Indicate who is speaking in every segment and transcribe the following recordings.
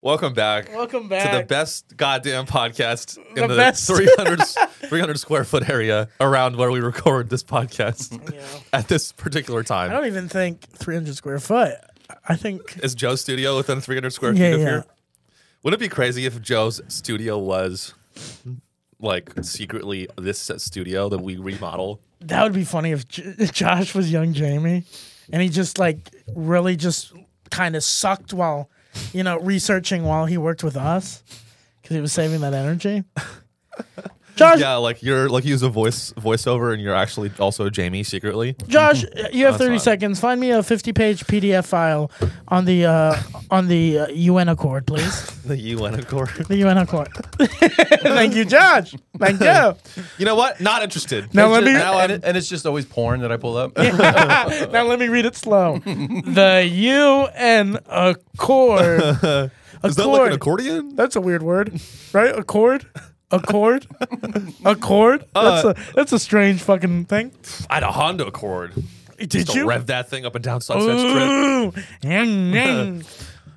Speaker 1: Welcome back
Speaker 2: Welcome
Speaker 1: to
Speaker 2: back.
Speaker 1: the best goddamn podcast
Speaker 2: The
Speaker 1: in the,
Speaker 2: best.
Speaker 1: 300, 300 square foot area around where we record this podcast
Speaker 2: Yeah.
Speaker 1: at this particular
Speaker 2: I
Speaker 1: time.
Speaker 2: don't even think 300 square foot. I think.
Speaker 1: Is Joe's studio within 300 square feet
Speaker 2: Yeah,
Speaker 1: of
Speaker 2: yeah.
Speaker 1: here? Wouldn't it be crazy if Joe's studio was like secretly this studio that we remodel?
Speaker 2: That would be funny if J- Josh was young Jamie and he just like really just kind of sucked while, you know, researching while he worked with us because he was saving that energy. Josh,
Speaker 1: Yeah, like you're like you use a voice voiceover and you're actually also Jamie secretly.
Speaker 2: Josh, you have
Speaker 1: That's
Speaker 2: 30
Speaker 1: fine.
Speaker 2: seconds. Find me a 50-page PDF file on the uh, on the uh, UN Accord, please.
Speaker 1: The UN Accord.
Speaker 2: The UN Accord. Thank you, Josh. Thank you.
Speaker 1: You know what? Not interested.
Speaker 2: Now let
Speaker 3: Ju-
Speaker 2: me
Speaker 3: now I'm- and, it's just always porn that I pull up.
Speaker 2: now let me read it slow. the UN Accord.
Speaker 1: Is that like
Speaker 2: Accord.
Speaker 1: an accordion?
Speaker 2: That's a weird word, right? Accord. Accord. Accord.
Speaker 1: Uh,
Speaker 2: That's a that's a strange fucking thing.
Speaker 1: I had a Honda Accord.
Speaker 2: Did
Speaker 1: Just
Speaker 2: you?
Speaker 1: rev that thing up and down Sunset Strip?
Speaker 2: Ooh. Yum, yum.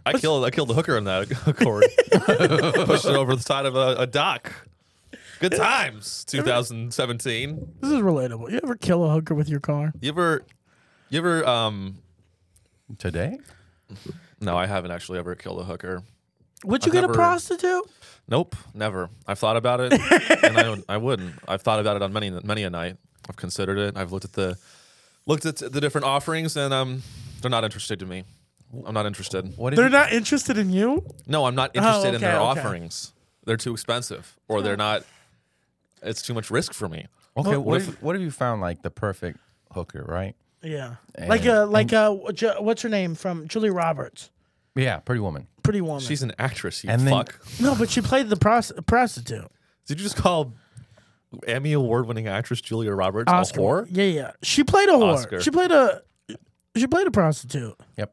Speaker 1: I killed I killed the hooker in that Accord. Pushed it over the side of a, a dock. Good times, 2017.
Speaker 2: this is relatable. You ever kill a hooker with your car?
Speaker 1: You ever, you ever? Um,
Speaker 3: Today?
Speaker 1: no, I haven't actually ever killed a hooker.
Speaker 2: Would you
Speaker 1: I've
Speaker 2: get
Speaker 1: never-
Speaker 2: a prostitute?
Speaker 1: Nope, never. I've thought about it, and I, don't- I wouldn't. I've thought about it on many many a night. I've considered it. I've looked at the looked at the different offerings, and um, they're not interested to me. I'm not interested.
Speaker 3: What
Speaker 2: They're
Speaker 3: did
Speaker 2: not interested in you.
Speaker 1: No, I'm not interested in
Speaker 2: Oh, okay,
Speaker 1: their
Speaker 2: okay.
Speaker 1: offerings. They're too expensive, or they're not. It's too much risk for me.
Speaker 3: you, okay,
Speaker 1: What
Speaker 3: what,
Speaker 1: if-
Speaker 3: if, what have you found like the perfect hooker, right?
Speaker 2: Yeah.
Speaker 1: Eh.
Speaker 2: like
Speaker 3: And-
Speaker 2: a like a ju- what's her name from Julie Roberts,
Speaker 3: Yeah, pretty woman.
Speaker 2: Pretty Woman.
Speaker 1: She's an actress. You
Speaker 3: And then-
Speaker 1: fuck.
Speaker 2: no, but she played the pros- prostitute.
Speaker 1: Did you just call Emmy award-winning actress Julia Roberts
Speaker 2: Oscar.
Speaker 1: a whore?
Speaker 2: Yeah, yeah. She played a whore.
Speaker 1: Oscar.
Speaker 2: She played a she played a prostitute.
Speaker 3: Yep.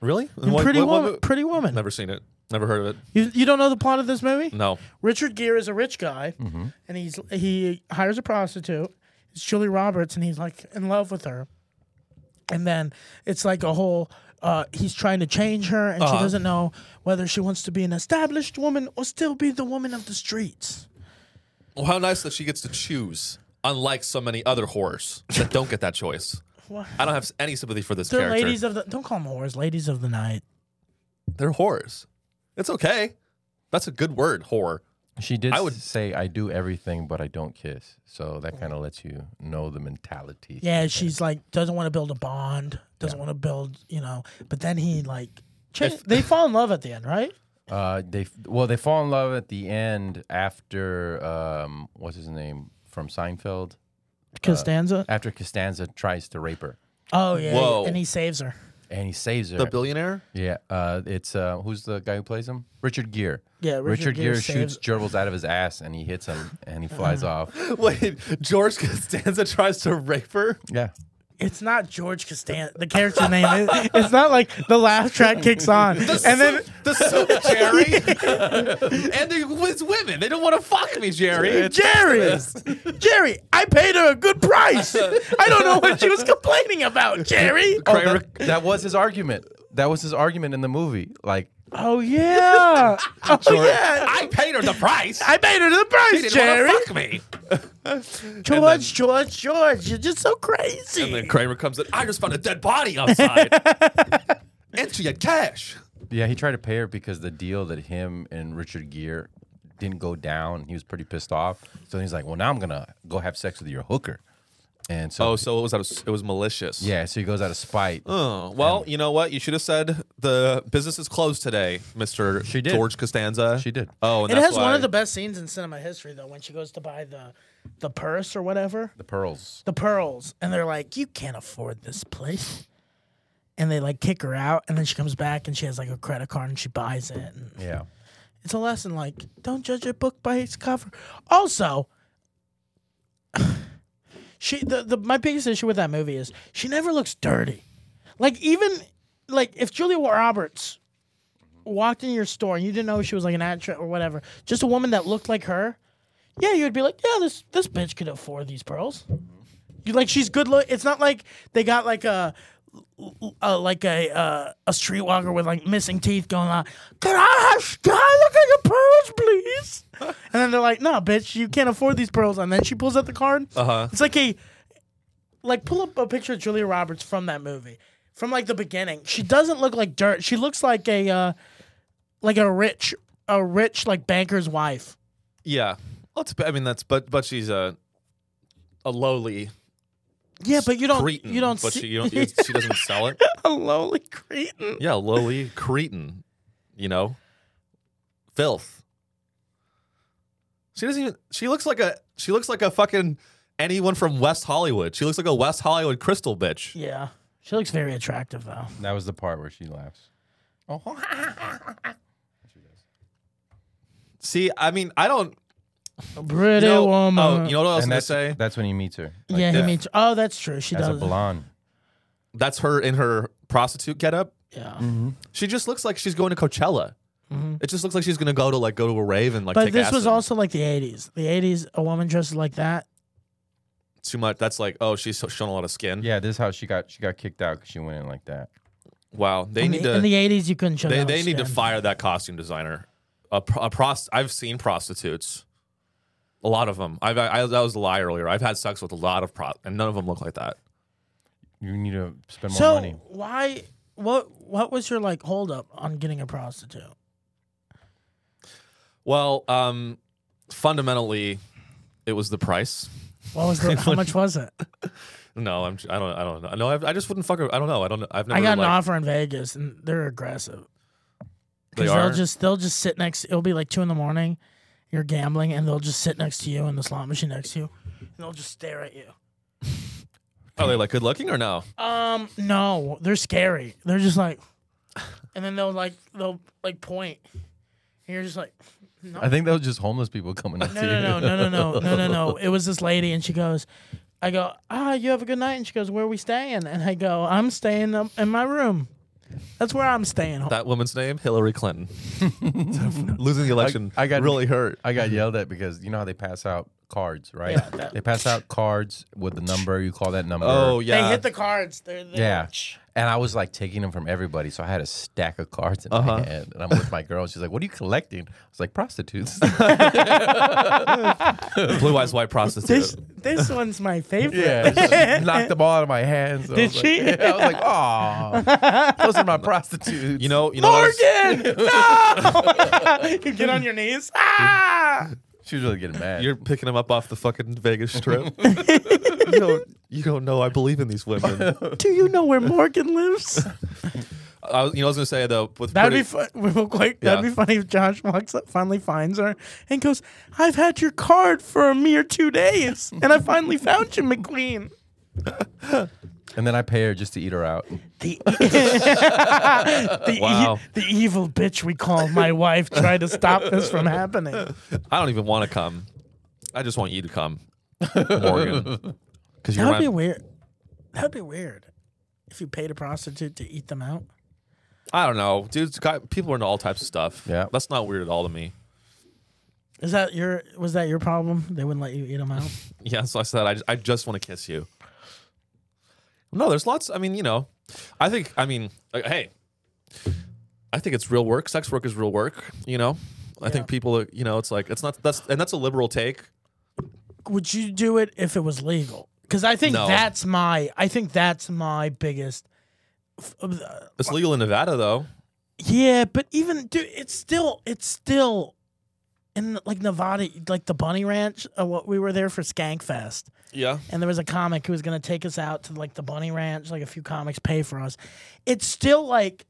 Speaker 1: Really?
Speaker 2: In pretty woman.
Speaker 1: mo-
Speaker 2: pretty woman.
Speaker 1: Never seen it. Never heard of it.
Speaker 2: You, you don't know the plot of this movie?
Speaker 1: No. Mm-hmm.
Speaker 2: Richard Gere is a rich guy, and he's he hires a prostitute. It's Julie Roberts, and he's like in love with her. And then it's like a whole. Uh, he's trying to change her, and
Speaker 1: Uh-huh.
Speaker 2: she doesn't know whether she wants to be an established woman or still be the woman of the streets.
Speaker 1: Well, how nice that she gets to choose, unlike so many other whores that don't get that choice.
Speaker 2: What?
Speaker 1: I don't have any sympathy for this
Speaker 2: They're
Speaker 1: character.
Speaker 2: ladies of the don't call them whores, ladies of the night.
Speaker 1: They're whores. It's okay. That's a good word, whore.
Speaker 3: She did
Speaker 1: I would-
Speaker 3: say, I do everything, but I don't kiss. So that kind of lets you know the mentality.
Speaker 2: Yeah, she's like doesn't want to build a bond, doesn't want to build, you know. But then he like, cha- they fall in love at the end, right?
Speaker 3: Uh, they Well, they fall in love at the end after, um, what's his name from Seinfeld?
Speaker 2: Costanza.
Speaker 3: After Costanza tries to rape her
Speaker 2: oh yeah,
Speaker 1: Whoa.
Speaker 2: and he saves her.
Speaker 3: and he saves her.
Speaker 1: The billionaire?
Speaker 3: Yeah, uh, it's uh, who's the guy who plays him? Richard Gere.
Speaker 2: Yeah, Richard
Speaker 3: Richard,
Speaker 2: Gere
Speaker 3: Gere,
Speaker 2: saves-
Speaker 3: shoots gerbils out of his ass, and he hits him, and he flies off.
Speaker 1: Wait, George Costanza tries to rape her?
Speaker 3: Yeah,
Speaker 2: It's not George Costanza. The character name. Is, it's not like the laugh track kicks on, and then
Speaker 1: the soup, Jerry. and they, it's women. They don't want to fuck me, Jerry.
Speaker 2: Jerry, Jerry, I paid her a good price. I don't know what she was complaining about, Jerry.
Speaker 3: Oh,
Speaker 2: Oh,
Speaker 3: that, that was his argument. That was his argument in the movie. Like,
Speaker 2: Oh, yeah, oh yeah.
Speaker 1: I paid her the price.
Speaker 2: I paid her the
Speaker 1: she
Speaker 2: price,
Speaker 1: didn't
Speaker 2: Jerry.
Speaker 1: want to fuck me.
Speaker 2: George, George, George, you're just so crazy.
Speaker 1: And then Kramer comes in. I just found a dead body outside. and she had cash.
Speaker 3: yeah, he tried to pay her because the deal that him and Richard Gere didn't go down. He was pretty pissed off. So he's like, "Well, now I'm gonna go have sex with your hooker." And so,
Speaker 1: Oh, so it was out of, it was malicious.
Speaker 3: yeah, so he goes out of spite.
Speaker 1: Oh, well, you know what? You should have said the business is closed today, Mister
Speaker 3: She did.
Speaker 1: George Costanza.
Speaker 3: She did.
Speaker 1: Oh, and
Speaker 2: It
Speaker 1: that's
Speaker 2: has one
Speaker 1: why-
Speaker 2: of the best scenes in cinema history, though, when she goes to buy the the purse or whatever,
Speaker 3: the pearls.
Speaker 2: the pearls, and they're like, "You can't afford this place," and they like kick her out, and then she comes back and she has like a credit card and she buys it. And
Speaker 3: Yeah,
Speaker 2: it's a lesson like don't judge a book by its cover. Also, she the, the my biggest issue with that movie is she never looks dirty. Like even like if Julia Roberts walked in your store and you didn't know she was like an actress or whatever, just a woman that looked like her, yeah, you would be like, yeah, this this bitch could afford these pearls. You like she's good look. It's not like they got like a uh, like a uh, a streetwalker with like missing teeth going on. Can I have? Can I look at your pearls, please? and then they're like, No, bitch, you can't afford these pearls. And then she pulls out the card.
Speaker 1: Uh-huh.
Speaker 2: It's like a like pull up a picture of Julia Roberts from that movie, from like the beginning. She doesn't look like dirt. She looks like a uh, like a rich a rich like banker's wife.
Speaker 1: Yeah. Let's. I mean, that's but but she's a a lowly
Speaker 2: Yeah, but you don't
Speaker 1: cretin.
Speaker 2: you don't
Speaker 1: But
Speaker 2: see
Speaker 1: she you don't, you- she doesn't sell it.
Speaker 2: a lowly cretin.
Speaker 1: Yeah, lowly cretin. You know, filth. She doesn't even. She looks like a. She looks like a fucking anyone from West Hollywood. She looks like a West Hollywood crystal bitch.
Speaker 2: Yeah, she looks very attractive though.
Speaker 3: That was the part where she laughs. Oh,
Speaker 1: See, I mean, I don't.
Speaker 2: A pretty
Speaker 1: you know,
Speaker 2: woman.
Speaker 1: Oh, you know what I was
Speaker 3: and
Speaker 1: gonna
Speaker 3: that's,
Speaker 1: say?
Speaker 3: that's when he meets her. like
Speaker 2: yeah, he
Speaker 3: that,
Speaker 2: means. Oh, that's true. She
Speaker 3: as a
Speaker 2: does.
Speaker 3: blonde.
Speaker 1: That's her in her prostitute getup.
Speaker 2: yeah.
Speaker 1: Mm-hmm. She just looks like she's going to Coachella. It just looks like she's gonna go to like go to a rave and like.
Speaker 2: Mm-hmm. But
Speaker 1: take
Speaker 2: this was
Speaker 1: acid.
Speaker 2: also like the 80s. The 80s, a woman dressed like that.
Speaker 1: too much. That's like oh, she's showing a lot of skin.
Speaker 3: Yeah, this is how she got she got kicked out because she went in like that.
Speaker 1: Wow, they
Speaker 2: In
Speaker 1: need
Speaker 2: the,
Speaker 1: to.
Speaker 2: in the 80s, you couldn't show
Speaker 1: They,
Speaker 2: that
Speaker 1: they
Speaker 2: much
Speaker 1: need to
Speaker 2: skin.
Speaker 1: fire that costume designer. A, pro- a prost- I've seen prostitutes, a lot of them. I've, I, I, that was a lie earlier. I've had sex with a lot of pro, and none of them look like that.
Speaker 3: You need to spend more
Speaker 2: So
Speaker 3: money.
Speaker 2: why? What? What was your like holdup on getting a prostitute?
Speaker 1: Well, um, fundamentally, it was the price.
Speaker 2: What was the, how much was it?
Speaker 1: No, I'm. I don't. I don't know. No, I've, I just wouldn't fuck. her. I don't know. I don't. I've never.
Speaker 2: I got an
Speaker 1: like,
Speaker 2: offer in Vegas, and they're aggressive.
Speaker 1: They
Speaker 2: Because
Speaker 1: are.
Speaker 2: will just they'll just sit next. It'll be like two in the morning. You're gambling, and they'll just sit next to you in the slot machine next to you, and they'll just stare at you.
Speaker 1: Are they like good looking or no?
Speaker 2: Um, no, they're scary. They're just like, and then they'll like they'll like point, and you're just like,
Speaker 3: I think that was just homeless people coming up
Speaker 2: no,
Speaker 3: to you.
Speaker 2: no, no, no, no, no, no, no, no. It was this lady, and she goes, I go, ah, you have a good night, and she goes, where are we staying? And I go, I'm staying up in my room. That's where I'm staying.
Speaker 1: That woman's name Hillary Clinton. Losing the election,
Speaker 3: I got-
Speaker 1: really hurt.
Speaker 3: I got yelled at because you know how they pass out cards, right?
Speaker 2: Yeah, that-
Speaker 3: They pass out cards with the number. You call that number.
Speaker 1: Oh
Speaker 2: They
Speaker 1: yeah.
Speaker 2: hit the cards. They're, they're
Speaker 3: Yeah.
Speaker 2: like,
Speaker 3: And I was like taking them from everybody. So I had a stack of cards in
Speaker 2: Uh-huh.
Speaker 3: my hand. And I'm with my girl. And she's like, What are you collecting? I was like, Prostitutes.
Speaker 1: Blue eyes white prostitute.
Speaker 2: This this one's my favorite.
Speaker 3: yeah. She knocked them all out of my hands. I
Speaker 2: Did
Speaker 3: was like-
Speaker 2: she?
Speaker 3: Yeah, I was like, Oh, those are my prostitutes.
Speaker 1: you know. You know. what I was-
Speaker 2: Morgan, no! you get on your knees. Ah!
Speaker 3: she was really getting mad.
Speaker 1: You're picking them up off the fucking Vegas strip. you don't you don't know I believe in these women.
Speaker 2: Do you know where Morgan lives?
Speaker 1: I was, you know, I was gonna say though, with
Speaker 2: That'd
Speaker 1: pretty,
Speaker 2: be fun. Real quick, that'd
Speaker 1: Yeah.
Speaker 2: be funny if Josh walks up, finally finds her, and goes, "I've had your card for a mere two days, and I finally found you, McQueen."
Speaker 3: and then I pay her just to eat her out.
Speaker 2: The the, e-
Speaker 1: Wow.
Speaker 2: the evil bitch we call my wife tried to stop this from happening.
Speaker 1: I don't even want to come. I just want you to come, Morgan, because you're
Speaker 2: That'd be
Speaker 1: my,
Speaker 2: weird. That'd be weird if you paid a prostitute to eat them out.
Speaker 1: I don't know, dude. People are into all types of stuff.
Speaker 3: Yeah.
Speaker 1: that's not weird at all to me.
Speaker 2: Is that your was that your problem? They wouldn't let you eat them out.
Speaker 1: Yeah, so I said I just, I just want to kiss you. No, there's lots. I mean, you know, I think I mean, like, hey, I think it's real work. Sex work is real work. You know, I think people, are, you know, it's like it's not that's and that's a liberal take.
Speaker 2: would you do it if it was legal? Because I think
Speaker 1: No.
Speaker 2: that's my I think that's my biggest. f- uh,
Speaker 1: It's legal in Nevada though.
Speaker 2: Yeah, but even dude, it's still it's still in like Nevada, like the Bunny Ranch. Uh, what we were there for Skankfest,
Speaker 1: Yeah.
Speaker 2: and there was a comic who was gonna take us out to like the Bunny Ranch. Like a few comics pay for us. It's still like.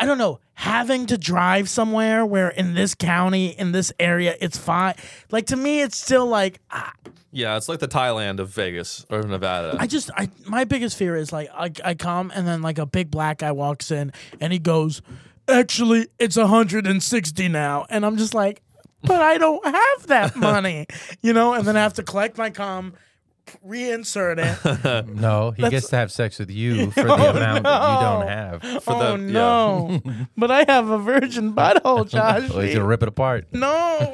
Speaker 2: I don't know, having to drive somewhere where in this county, in this area, it's fine. Like to me, it's still like, ah,
Speaker 1: Yeah, it's like the Thailand of Vegas or Nevada.
Speaker 2: I just I my biggest fear is like I, I come and then like a big black guy walks in and he goes, actually it's 160 now, and I'm just like, but I don't have that money, you know, and then I have to collect my cum, reinsert it.
Speaker 3: No, he gets to have sex with you for the
Speaker 2: Oh,
Speaker 3: amount that you
Speaker 2: no.
Speaker 3: don't have.
Speaker 2: oh
Speaker 1: the- yeah.
Speaker 2: no, but I have a virgin butthole,
Speaker 3: Oh, he's going to
Speaker 2: Joshy.
Speaker 3: rip it apart.
Speaker 2: No,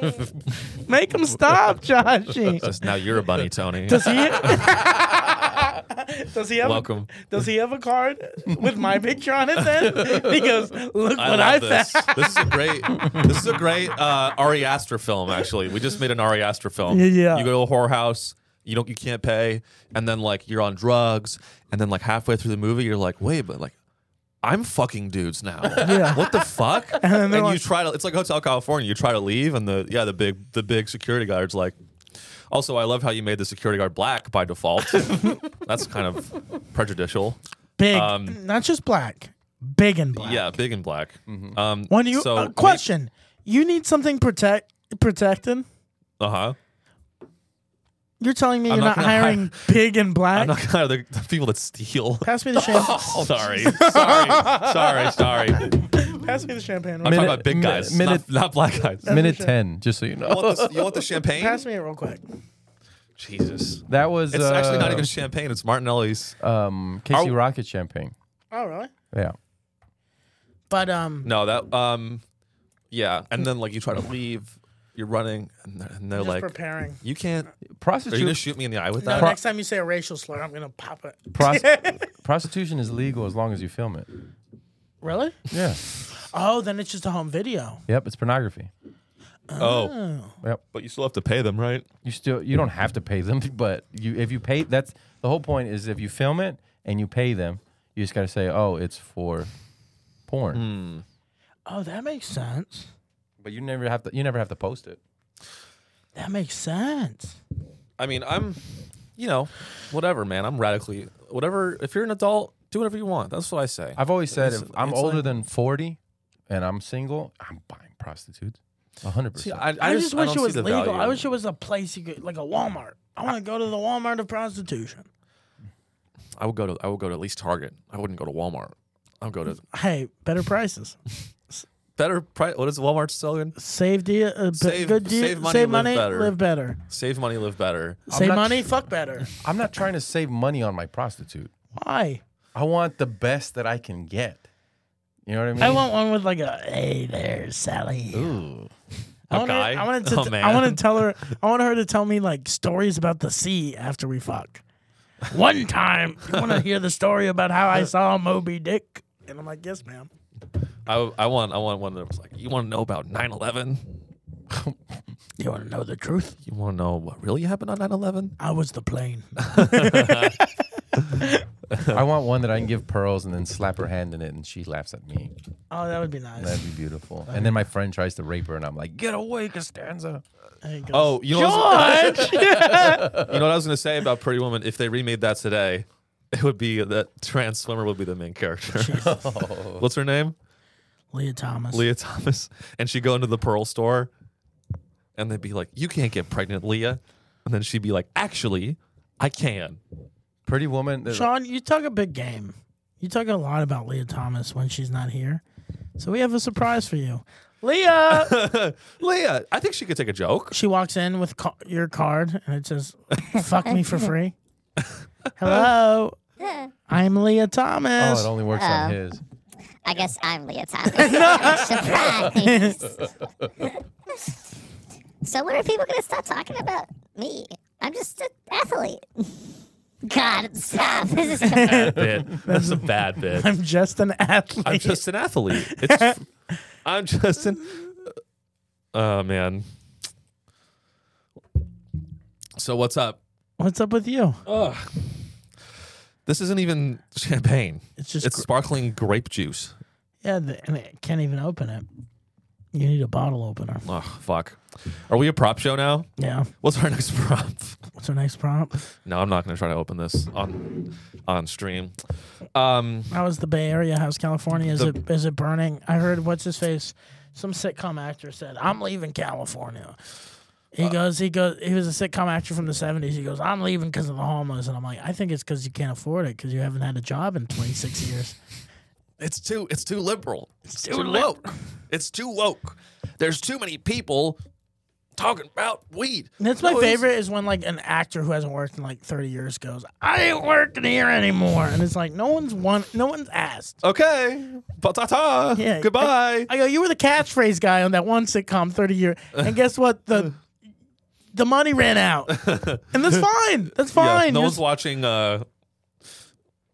Speaker 2: make him stop, Joshy.
Speaker 1: Just now you're a bunny, Tony.
Speaker 2: Does he? Does he have
Speaker 1: Welcome.
Speaker 2: A, does he have a card with my picture on it? Then he goes, "Look
Speaker 1: I love
Speaker 2: what I
Speaker 1: this.
Speaker 2: found."
Speaker 1: This is a great. This is a great uh, Ari Aster film. Actually, we just made an Ari Aster film.
Speaker 2: Yeah, yeah.
Speaker 1: You go to a whorehouse. You don't. You can't pay, and then like you're on drugs, and then like halfway through the movie, you're like, wait, but like. I'm fucking dudes now. What the fuck? And,
Speaker 2: then they're
Speaker 1: you
Speaker 2: like-
Speaker 1: try to. It's like Hotel California. You try to leave, and the yeah, the big the big security guard's like. Also, I love how you made the security guard black by default. That's kind of prejudicial.
Speaker 2: Big,
Speaker 1: Um,
Speaker 2: not just black, big and black.
Speaker 1: Yeah, big and black. Um,
Speaker 2: When you
Speaker 1: so
Speaker 2: uh, question, you need something protect protected.
Speaker 1: Uh huh.
Speaker 2: You're telling me
Speaker 1: I'm
Speaker 2: you're
Speaker 1: not
Speaker 2: not,
Speaker 1: gonna
Speaker 2: hiring big and black?
Speaker 1: I'm not kind of the, the people that steal.
Speaker 2: Pass me the champagne.
Speaker 1: sorry, sorry, sorry, sorry. I'm
Speaker 2: Pass me the champagne. Real
Speaker 3: Minute-
Speaker 1: talking about big
Speaker 3: mi-
Speaker 1: guys,
Speaker 3: minute-
Speaker 1: not, not black guys. You
Speaker 3: Minute ten, just so you know.
Speaker 1: want, this, you want the champagne?
Speaker 2: Pass me it real quick.
Speaker 1: Jesus,
Speaker 3: That was
Speaker 1: it's
Speaker 3: uh,
Speaker 1: actually not even champagne. It's Martinelli's. Uh,
Speaker 3: um, Casey Rocket champagne.
Speaker 2: Oh really?
Speaker 3: Yeah.
Speaker 2: But um,
Speaker 1: No, that um, yeah. And then like you try to leave, you're running, and they're, and they're
Speaker 2: just
Speaker 1: like,
Speaker 2: preparing.
Speaker 1: "You can't. Are you gonna
Speaker 3: Prostitution
Speaker 1: shoot me in the eye with
Speaker 2: No,
Speaker 1: that?"
Speaker 2: next time you say a racial slur, I'm gonna pop it.
Speaker 3: prostitution is legal as long as you film it.
Speaker 2: Really?
Speaker 3: Yeah.
Speaker 2: Oh, then it's just a home video.
Speaker 3: Yep. It's pornography.
Speaker 1: oh,
Speaker 3: Yep.
Speaker 1: but you still have to pay them, right?
Speaker 3: You still you don't have to pay them, but you if you pay that's the whole point is if you film it and you pay them, you just gotta say, oh, it's for porn.
Speaker 1: Hmm.
Speaker 2: Oh, that makes sense.
Speaker 3: But you never have to you never have to post it.
Speaker 2: That makes sense.
Speaker 1: I mean, I'm, you know, whatever, man. I'm radically whatever. If you're an adult, do whatever you want. That's what I say.
Speaker 3: I've always said if
Speaker 1: It's-
Speaker 3: I'm
Speaker 1: it's
Speaker 3: older
Speaker 1: like-
Speaker 3: than forty and I'm single, I'm buying prostitutes. A hundred percent.
Speaker 1: I,
Speaker 2: I, just, wish
Speaker 1: don't
Speaker 2: it
Speaker 1: see
Speaker 2: was
Speaker 1: the
Speaker 2: legal. I
Speaker 1: value.
Speaker 2: wish it was a place you could, like a Walmart. I want to go to the Walmart of prostitution.
Speaker 1: I would go to I would go to at least Target. I wouldn't go to Walmart. I'll go to
Speaker 2: Hey, better prices.
Speaker 1: better price. What is Walmart slogan?
Speaker 2: Save deal, uh, b-
Speaker 1: Save-
Speaker 2: good deal,
Speaker 1: save money, live
Speaker 2: save money,
Speaker 1: better.
Speaker 2: live better.
Speaker 1: Save money, live better.
Speaker 2: save
Speaker 3: not-
Speaker 2: money, fuck better.
Speaker 3: I'm not trying to save money on my prostitute.
Speaker 2: Why?
Speaker 3: I want the best that I can get. You know what I mean?
Speaker 2: I want one with like a hey there, Sally.
Speaker 3: Ooh.
Speaker 2: I want, her,
Speaker 1: guy?
Speaker 2: I want to.
Speaker 1: Oh,
Speaker 2: I
Speaker 1: man.
Speaker 2: want to tell her. I want her to tell me like stories about the sea after we fuck. One time, you want to hear the story about how
Speaker 1: Uh,
Speaker 2: I saw Moby Dick? And I'm like, yes, ma'am.
Speaker 1: I, I want I want one that was like you want to know about 9/11.
Speaker 2: You want to know the truth?
Speaker 1: You want to know what really happened on 9/11?
Speaker 2: I was the plane.
Speaker 3: I want one that I can give pearls and then slap her hand in it and she laughs at me.
Speaker 2: Oh, that would be nice.
Speaker 3: That'd be beautiful. And then my friend tries to rape her and I'm like, get away, Costanza.
Speaker 2: There you go.
Speaker 1: Oh, you know, what I was,
Speaker 2: George!
Speaker 1: you know what I was gonna say about Pretty Woman. If they remade that today, it would be that trans swimmer would be the main character. What's her name?
Speaker 2: Leah Thomas.
Speaker 1: Leah Thomas, and she'd go into the pearl store, and they'd be like, "You can't get pregnant, Leah," and then she'd be like, "Actually, I can."
Speaker 3: Pretty woman. there's-
Speaker 2: Sean, you talk a big game. You talk a lot about Leah Thomas when she's not here. So we have a surprise for you. Leah!
Speaker 1: Leah, I think she could take a joke.
Speaker 2: she walks in with ca- your card and it says, fuck me for free. Hello, I'm Leah
Speaker 3: Oh,
Speaker 2: Thomas.
Speaker 3: it only works on his.
Speaker 4: I guess I'm Leah Thomas. Surprise! so when are people gonna stop talking about me? I'm just an athlete. God, stop! This is
Speaker 1: bit. That's a bad bit.
Speaker 2: I'm just an athlete.
Speaker 1: I'm just an athlete. It's, I'm just an. Oh man. So what's up?
Speaker 2: What's up with you?
Speaker 1: Oh, This isn't even champagne.
Speaker 2: It's just
Speaker 1: It's
Speaker 2: gr-
Speaker 1: sparkling grape juice.
Speaker 2: yeah, the, and I can't even open it. You need a bottle opener.
Speaker 1: Oh fuck. Are we a prop show now?
Speaker 2: Yeah.
Speaker 1: What's our next prop?
Speaker 2: What's our next prompt?
Speaker 1: No, I'm not gonna try to open this on on stream. Um,
Speaker 2: How is the Bay Area? How's California? Is
Speaker 1: The-
Speaker 2: it is it burning? I heard what's his face, some sitcom actor said, "I'm leaving California." He
Speaker 1: Uh,
Speaker 2: goes, he goes, he was a sitcom actor from the '70s. He goes, "I'm leaving because of the homeless," and I'm like, "I think it's because you can't afford it because you haven't had a job in 26 years."
Speaker 1: it's too it's too liberal. It's too,
Speaker 2: too
Speaker 1: woke. It's too woke. There's too many people talking about weed.
Speaker 2: And that's my
Speaker 1: No, it's-
Speaker 2: favorite is when like an actor who hasn't worked in like 30 years goes, "I ain't working here anymore," and it's like no one's one, no one's asked.
Speaker 1: okay, patata.
Speaker 2: Yeah,
Speaker 1: Goodbye.
Speaker 2: I go, you were the catchphrase guy on that one sitcom 30 year. And guess what? The the money ran out. and that's fine. That's
Speaker 1: Yeah,
Speaker 2: fine.
Speaker 1: no
Speaker 2: You're
Speaker 1: one's watching uh,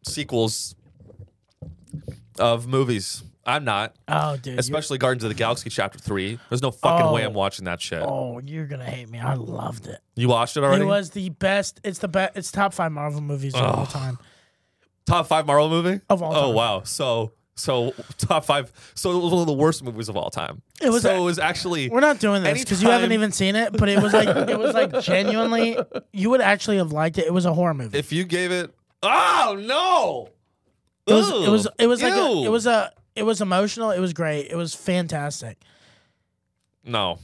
Speaker 1: sequels of movies. I'm not.
Speaker 2: Oh, dude. you're-
Speaker 1: Especially Guardians of the Galaxy Chapter 3. There's no fucking way
Speaker 2: Oh.
Speaker 1: I'm watching that shit.
Speaker 2: oh, you're gonna hate me. I loved it.
Speaker 1: You watched it already?
Speaker 2: It was the best. It's the best. It's top five Marvel movies of all time.
Speaker 1: top 5 Marvel movie?
Speaker 2: Of all
Speaker 1: Oh
Speaker 2: time.
Speaker 1: wow. So so top 5 so it was one of the worst movies of all time.
Speaker 2: It was
Speaker 1: so
Speaker 2: a-
Speaker 1: it was actually
Speaker 2: We're not doing this because you haven't
Speaker 1: Anytime-
Speaker 2: even seen it. But it was like it was like genuinely. You would actually have liked it. It was a horror movie.
Speaker 1: if you gave it Oh no.
Speaker 2: It was it was
Speaker 1: Ew.
Speaker 2: it was like a,
Speaker 1: Ew.
Speaker 2: it was a it was emotional. It was great. It was fantastic.
Speaker 1: No.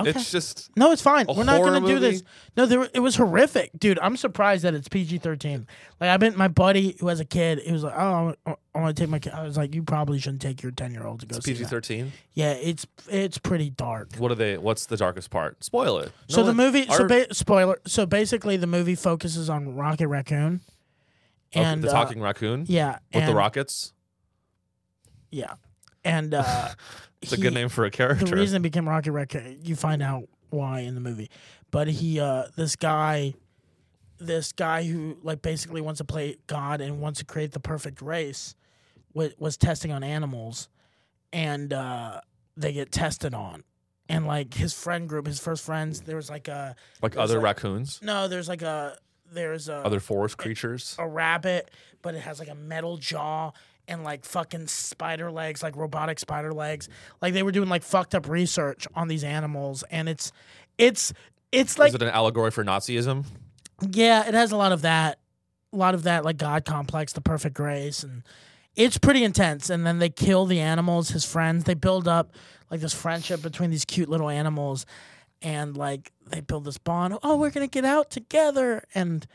Speaker 2: Okay.
Speaker 1: It's just
Speaker 2: No, it's fine.
Speaker 1: A
Speaker 2: We're not
Speaker 1: horror
Speaker 2: gonna do this.
Speaker 1: movie?
Speaker 2: No, there, it was horrific, dude. I'm surprised that it's PG-13. Like I've been my buddy who has a kid. He was like, "Oh, I, want to take my kid." I was like, "You probably shouldn't take your 10 year old to go see that."
Speaker 1: PG-13.
Speaker 2: Yeah, it's it's pretty dark.
Speaker 1: What are they what's the darkest part? Spoil it.
Speaker 2: So
Speaker 1: No
Speaker 2: the
Speaker 1: one-
Speaker 2: movie, so
Speaker 1: our-
Speaker 2: ba- spoiler. So basically, the movie focuses on Rocket Raccoon,
Speaker 1: oh,
Speaker 2: and
Speaker 1: the
Speaker 2: uh,
Speaker 1: talking raccoon
Speaker 2: yeah,
Speaker 1: with the
Speaker 2: and-
Speaker 1: rockets.
Speaker 2: yeah, and uh,
Speaker 1: It's a good name for a
Speaker 2: The
Speaker 1: character.
Speaker 2: reason it became Rocket Raccoon, you find out why in the movie, but he, uh, this guy, this guy who like basically wants to play God and wants to create the perfect race, was, was testing on animals, and uh, they get tested on, and like his friend group, his first friends, there was like a.
Speaker 1: like
Speaker 2: There's
Speaker 1: other
Speaker 2: like-
Speaker 1: raccoons,
Speaker 2: No, there's like a there's a
Speaker 1: other forest creatures.
Speaker 2: a rabbit, but it has like a metal jaw and like fucking spider legs, like robotic spider legs. Like they were doing like fucked up research on these animals, and it's it's it's like
Speaker 1: Is it an allegory for Nazism?
Speaker 2: yeah, it has a lot of that, a lot of that like God complex, the perfect grace, and it's pretty intense. And then they kill the animals, his friends. They build up like this friendship between these cute little animals, and like they build this bond. Oh, we're gonna get out together, and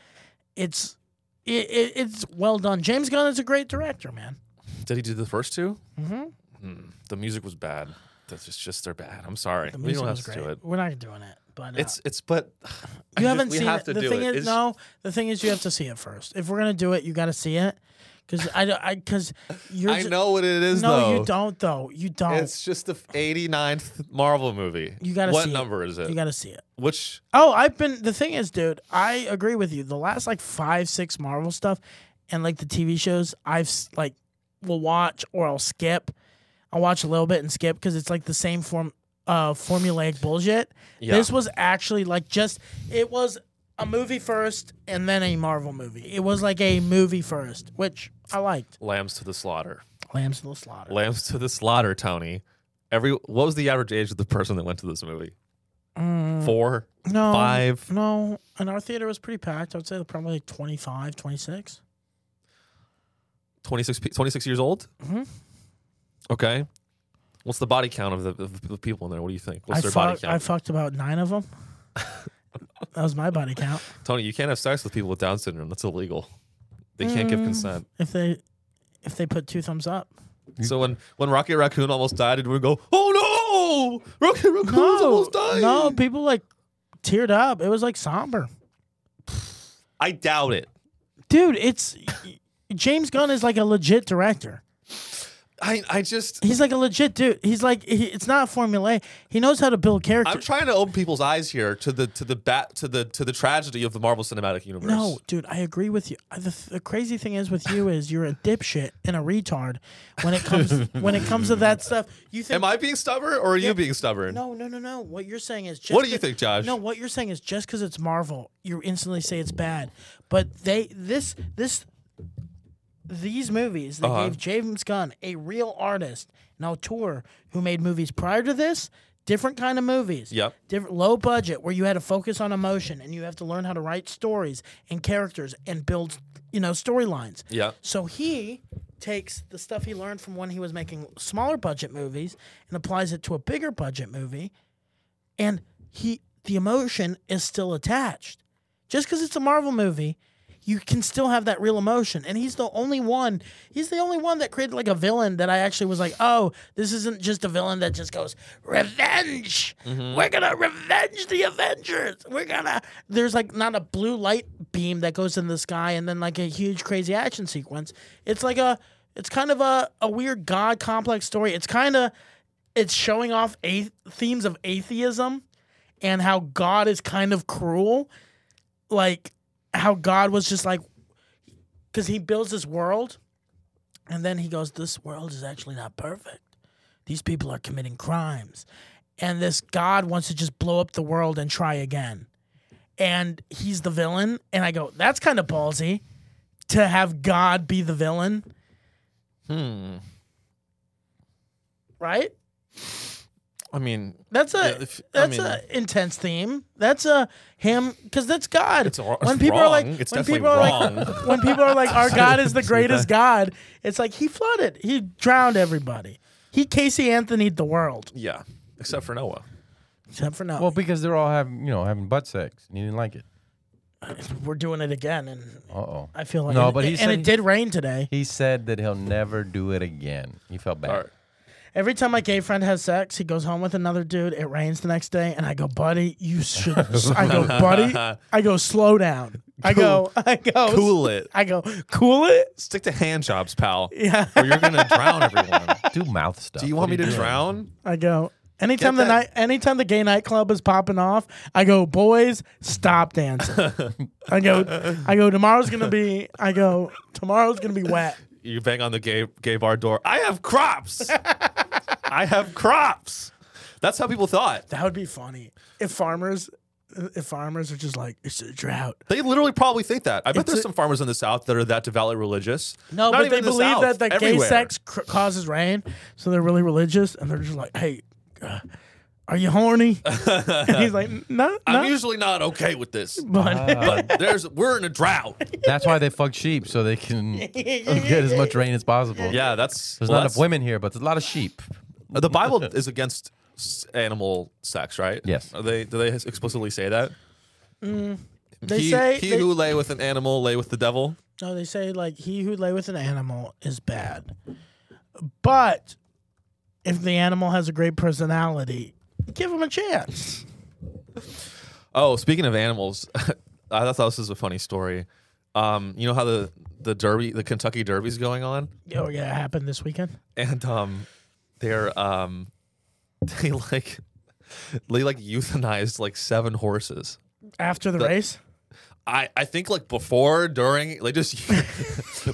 Speaker 2: it's it, it, it's well done. James Gunn is a great director, man.
Speaker 1: Did he do the first two?
Speaker 2: Mm-hmm.
Speaker 1: Mm, the music was bad. That's just, just they're bad. I'm sorry.
Speaker 2: The
Speaker 1: We
Speaker 2: music
Speaker 1: don't
Speaker 2: was
Speaker 1: have to
Speaker 2: great.
Speaker 1: do it.
Speaker 2: We're not doing it, but uh,
Speaker 1: It's it's but
Speaker 2: You
Speaker 1: I
Speaker 2: haven't
Speaker 1: just- we
Speaker 2: seen
Speaker 1: have
Speaker 2: it.
Speaker 1: to
Speaker 2: the
Speaker 1: do
Speaker 2: thing
Speaker 1: it.
Speaker 2: is,
Speaker 1: It's-
Speaker 2: no. The thing is, you have to see it first. If we're gonna do it, you got to see it. Because I, don't- I, because you're.
Speaker 1: I
Speaker 2: ju-
Speaker 1: know what it is
Speaker 2: No,
Speaker 1: though.
Speaker 2: you don't. Though you don't.
Speaker 1: It's just the 89th Marvel movie.
Speaker 2: Oh. You gotta
Speaker 1: What
Speaker 2: see it.
Speaker 1: number is it?
Speaker 2: you got to see it.
Speaker 1: Which
Speaker 2: Oh, I've been. The thing is, dude, I agree with you. The last like five, six Marvel stuff, and like the TV shows, I've s- like will watch or I'll skip. I'll watch a little bit and skip because it's like the same form, uh, formulaic bullshit.
Speaker 1: Yeah.
Speaker 2: This was actually like just it was a movie first and then a Marvel movie. It was like a movie first, which I liked.
Speaker 1: lambs to the slaughter.
Speaker 2: Lambs to the slaughter.
Speaker 1: Lambs to the slaughter, Tony. Every what was the average age of the person that went to this movie? Four,
Speaker 2: Mm. no,
Speaker 1: five.
Speaker 2: No, and our theater was pretty packed. I would say probably like 25, 26.
Speaker 1: 26, pe- 26 years old.
Speaker 2: Mhm.
Speaker 1: Okay. What's the body count of the, of the people in there? What do you think? What's
Speaker 2: I,
Speaker 1: their body
Speaker 2: fuck, I
Speaker 1: count?
Speaker 2: fucked about nine of them. that was my body count.
Speaker 1: Tony, you can't have sex with people with Down syndrome. That's illegal. They can't
Speaker 2: Mm.
Speaker 1: give consent.
Speaker 2: If they if they put two thumbs up.
Speaker 1: So when when Rocket Raccoon almost died, did we go, "Oh no, Rocket Raccoon's
Speaker 2: No,
Speaker 1: almost dying"?
Speaker 2: no, people like teared up. It was like somber.
Speaker 1: I doubt it.
Speaker 2: Dude, it's James Gunn is like a legit director.
Speaker 1: I I just
Speaker 2: He's like a legit dude. He's like he, it's not formulaic. He knows how to build character.
Speaker 1: I'm trying to open people's eyes here to the to the bat to the to the tragedy of the Marvel Cinematic Universe.
Speaker 2: No, dude, I agree with you. I- The, the crazy thing is with you is you're a dipshit and a retard when it comes when it comes to that stuff. You think
Speaker 1: Am I being stubborn or are you being stubborn?
Speaker 2: No, no, no, no. What you're saying is just
Speaker 1: What do you
Speaker 2: be-
Speaker 1: think, Josh?
Speaker 2: No, what you're saying is just because it's Marvel, you instantly say it's bad. But they this this these movies they
Speaker 1: Uh-huh.
Speaker 2: gave James Gunn, a real artist an auteur who made movies prior to this, different kind of movies.
Speaker 1: Yep.
Speaker 2: Different low budget where you had to focus on emotion and you have to learn how to write stories and characters and build you know storylines.
Speaker 1: Yeah.
Speaker 2: So he takes the stuff he learned from when he was making smaller budget movies and applies it to a bigger budget movie, and he the emotion is still attached. Just because it's a Marvel movie, you can still have that real emotion. And he's the only one. He's the only one that created like a villain that I actually was like, oh, this isn't just a villain that just goes revenge. We're gonna revenge the Avengers. We're gonna. There's like not a blue light beam that goes in the sky and then like a huge crazy action sequence. It's like a. It's kind of a, a weird god complex story. It's kind of it's showing off a- themes of atheism and how God is kind of cruel. Like how God was just like because he builds this world, and then he goes, "This world is actually not perfect. These people are committing crimes, and this God wants to just blow up the world and try again." And he's the villain, and I go, "That's kind of ballsy to have God be the villain." Hmm. Right.
Speaker 1: I mean,
Speaker 2: That's a
Speaker 1: Yeah, if- I
Speaker 2: that's
Speaker 1: mean-
Speaker 2: a intense theme. That's a him because that's God.
Speaker 1: It's wr-
Speaker 2: when
Speaker 1: it's
Speaker 2: people are like,
Speaker 1: wrong. It's
Speaker 2: when
Speaker 1: definitely
Speaker 2: people are like,
Speaker 1: wrong.
Speaker 2: when people are like, our God is the greatest God. It's like he flooded, he drowned everybody. He Casey Anthony'd the world
Speaker 1: yeah, except for Noah.
Speaker 2: except for now.
Speaker 3: Well, because they're all having, you know, having butt sex, and you didn't like it.
Speaker 2: we're doing it again, and
Speaker 3: Uh oh.
Speaker 2: I feel like
Speaker 3: no,
Speaker 2: and,
Speaker 3: but he
Speaker 2: and
Speaker 3: said
Speaker 2: it did rain today.
Speaker 3: He said that he'll never do it again. He felt bad.
Speaker 1: All right.
Speaker 2: Every time my gay friend has sex, he goes home with another dude. It rains the next day, and I go, buddy, you should. I go, buddy, I go, slow down. I go, I go,
Speaker 1: Cool it.
Speaker 2: I go, cool it.
Speaker 1: Stick to hand jobs, pal.
Speaker 2: Yeah.
Speaker 1: Or you're gonna drown everyone.
Speaker 3: Do mouth stuff.
Speaker 1: Do you
Speaker 3: What
Speaker 1: want me
Speaker 3: are
Speaker 1: to
Speaker 3: doing?
Speaker 1: drown?
Speaker 2: I go. Anytime the night,
Speaker 1: that-
Speaker 2: anytime the gay nightclub is popping off, I go, boys, stop dancing. I go, I go. Tomorrow's gonna be. I go. Tomorrow's gonna be wet.
Speaker 1: You bang on the gay gay bar door. I have crops. I have crops. That's how people thought.
Speaker 2: That would be funny if farmers, if farmers are just like it's a drought.
Speaker 1: They literally probably think that. I bet
Speaker 2: It's
Speaker 1: there's
Speaker 2: a-
Speaker 1: some farmers in the South that are that devoutly religious.
Speaker 2: No,
Speaker 1: Not
Speaker 2: but
Speaker 1: even
Speaker 2: they
Speaker 1: in the
Speaker 2: believe
Speaker 1: South,
Speaker 2: that the gay
Speaker 1: everywhere.
Speaker 2: sex cr- causes rain, so they're really religious, and they're just like, hey, uh, are you horny? and he's like, no,
Speaker 1: I'm
Speaker 2: no.
Speaker 1: usually not okay with this,
Speaker 2: But
Speaker 1: but there's we're in a drought.
Speaker 3: That's why they fuck sheep so they can get as much rain as possible.
Speaker 1: Yeah, that's
Speaker 3: There's
Speaker 1: well,
Speaker 3: not enough
Speaker 1: that's-
Speaker 3: women here, but there's a lot of sheep.
Speaker 1: The Bible is against s- animal sex, right?
Speaker 3: Yes.
Speaker 1: Are they do they explicitly say that?
Speaker 2: they
Speaker 1: he
Speaker 2: say
Speaker 1: he
Speaker 2: they-
Speaker 1: who lay with an animal lay with the devil.
Speaker 2: No, they say like he who lay with an animal is bad. But if the animal has a great personality, give him a chance.
Speaker 1: Oh, speaking of animals, I thought this was a funny story. Um, you know how the the Derby, the Kentucky Derby's going on,
Speaker 2: Oh yeah, it happened this weekend.
Speaker 1: and um, they're um, they like they like euthanized like seven horses.
Speaker 2: After the, race.
Speaker 1: I, I think like before, during, like just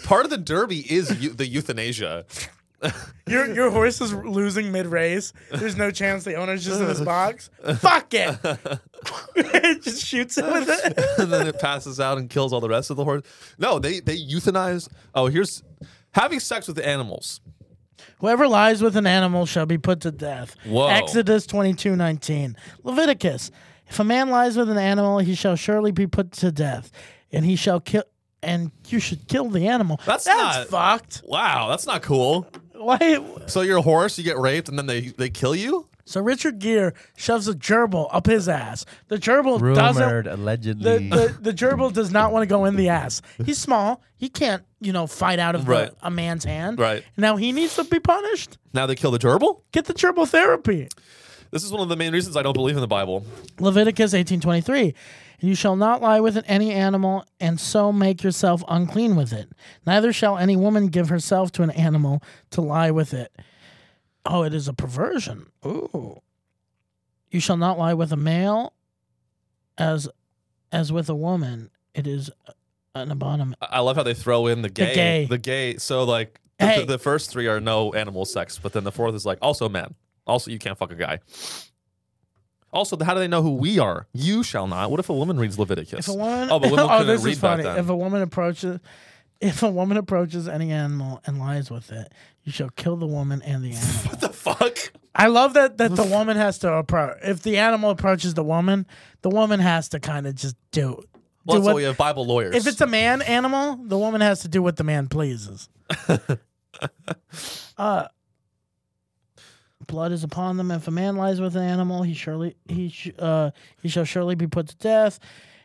Speaker 1: part of the derby is eu- the euthanasia.
Speaker 2: Your your horse is losing mid race. There's no chance the owner's just in this box. Fuck it. it just shoots him with it.
Speaker 1: and then it passes out and kills all the rest of the horse. No, they they euthanize. Oh, here's having sex with animals.
Speaker 2: Whoever lies with an animal shall be put to death.
Speaker 1: Whoa.
Speaker 2: Exodus twenty two nineteen. Leviticus. If a man lies with an animal, he shall surely be put to death, and he shall kill. And you should kill the animal.
Speaker 1: That's
Speaker 2: that's
Speaker 1: not-
Speaker 2: fucked.
Speaker 1: Wow, that's not cool.
Speaker 2: Why?
Speaker 1: So you're a horse, you get raped, and then they they kill you.
Speaker 2: So Richard Gere shoves a gerbil up his ass. The gerbil doesn't.
Speaker 3: Rumored,
Speaker 2: The,
Speaker 3: allegedly.
Speaker 2: the, the gerbil does not want to go in the ass. He's small. He can't, you know, fight out of the-
Speaker 1: Right.
Speaker 2: a man's hand.
Speaker 1: Right.
Speaker 2: Now he needs to be punished.
Speaker 1: Now they kill the gerbil.
Speaker 2: Get the gerbil therapy.
Speaker 1: This is one of the main reasons I don't believe in the Bible.
Speaker 2: Leviticus 18:23 and you shall not lie with any animal and so make yourself unclean with it neither shall any woman give herself to an animal to lie with it oh it is a perversion ooh you shall not lie with a male as as with a woman it is an abomin
Speaker 1: I I love how they throw in the gay,
Speaker 2: gay.
Speaker 1: the gay. So like the,
Speaker 2: Hey.
Speaker 1: the, the first three are no animal sex, but then the fourth is like also man. Also, you can't fuck a guy. Also, how do they know who we are? You shall not. What if a woman reads Leviticus?
Speaker 2: If a woman,
Speaker 1: oh, but women
Speaker 2: oh,
Speaker 1: couldn't
Speaker 2: this
Speaker 1: read
Speaker 2: is
Speaker 1: back
Speaker 2: funny.
Speaker 1: then.
Speaker 2: If a woman approaches, if a woman approaches any animal and lies with it, you shall kill the woman and the animal.
Speaker 1: what the fuck?
Speaker 2: I love that that the woman has to approach. If the animal approaches the woman, the woman has to kind of just do.
Speaker 1: Well, that's why
Speaker 2: do what,
Speaker 1: we have Bible lawyers.
Speaker 2: if it's a man animal, the woman has to do what the man pleases. uh, blood is upon them. If a man lies with an animal, he surely he sh- uh, he shall surely be put to death,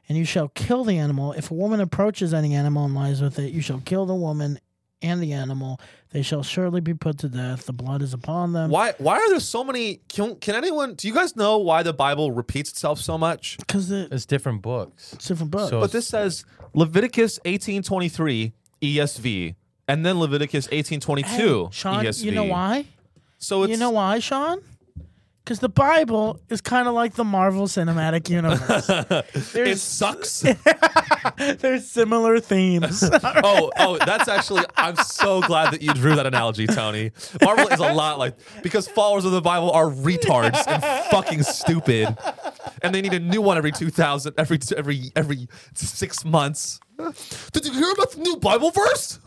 Speaker 2: and you shall kill the animal. If a woman approaches any animal and lies with it, you shall kill the woman and the animal. They shall surely be put to death. The blood is upon them.
Speaker 1: why why are there so many? Can, can anyone? Do you guys know why the Bible repeats itself so much?
Speaker 2: Because it's
Speaker 3: it's different books.
Speaker 2: different books.
Speaker 1: But this says Leviticus eighteen twenty three ESV, and then Leviticus eighteen twenty two E
Speaker 2: Sean,
Speaker 1: ESV.
Speaker 2: you know why?
Speaker 1: So it's
Speaker 2: You know why, Sean? Because the Bible is kind of like the Marvel Cinematic Universe.
Speaker 1: It
Speaker 2: There's
Speaker 1: sucks.
Speaker 2: there's similar themes.
Speaker 1: oh, oh, that's actually. I'm so glad that you drew that analogy, Tony. Marvel is a lot like because followers of the Bible are retards and fucking stupid, and they need a new one every two thousand, every every every six months. Did you hear about the new Bible verse?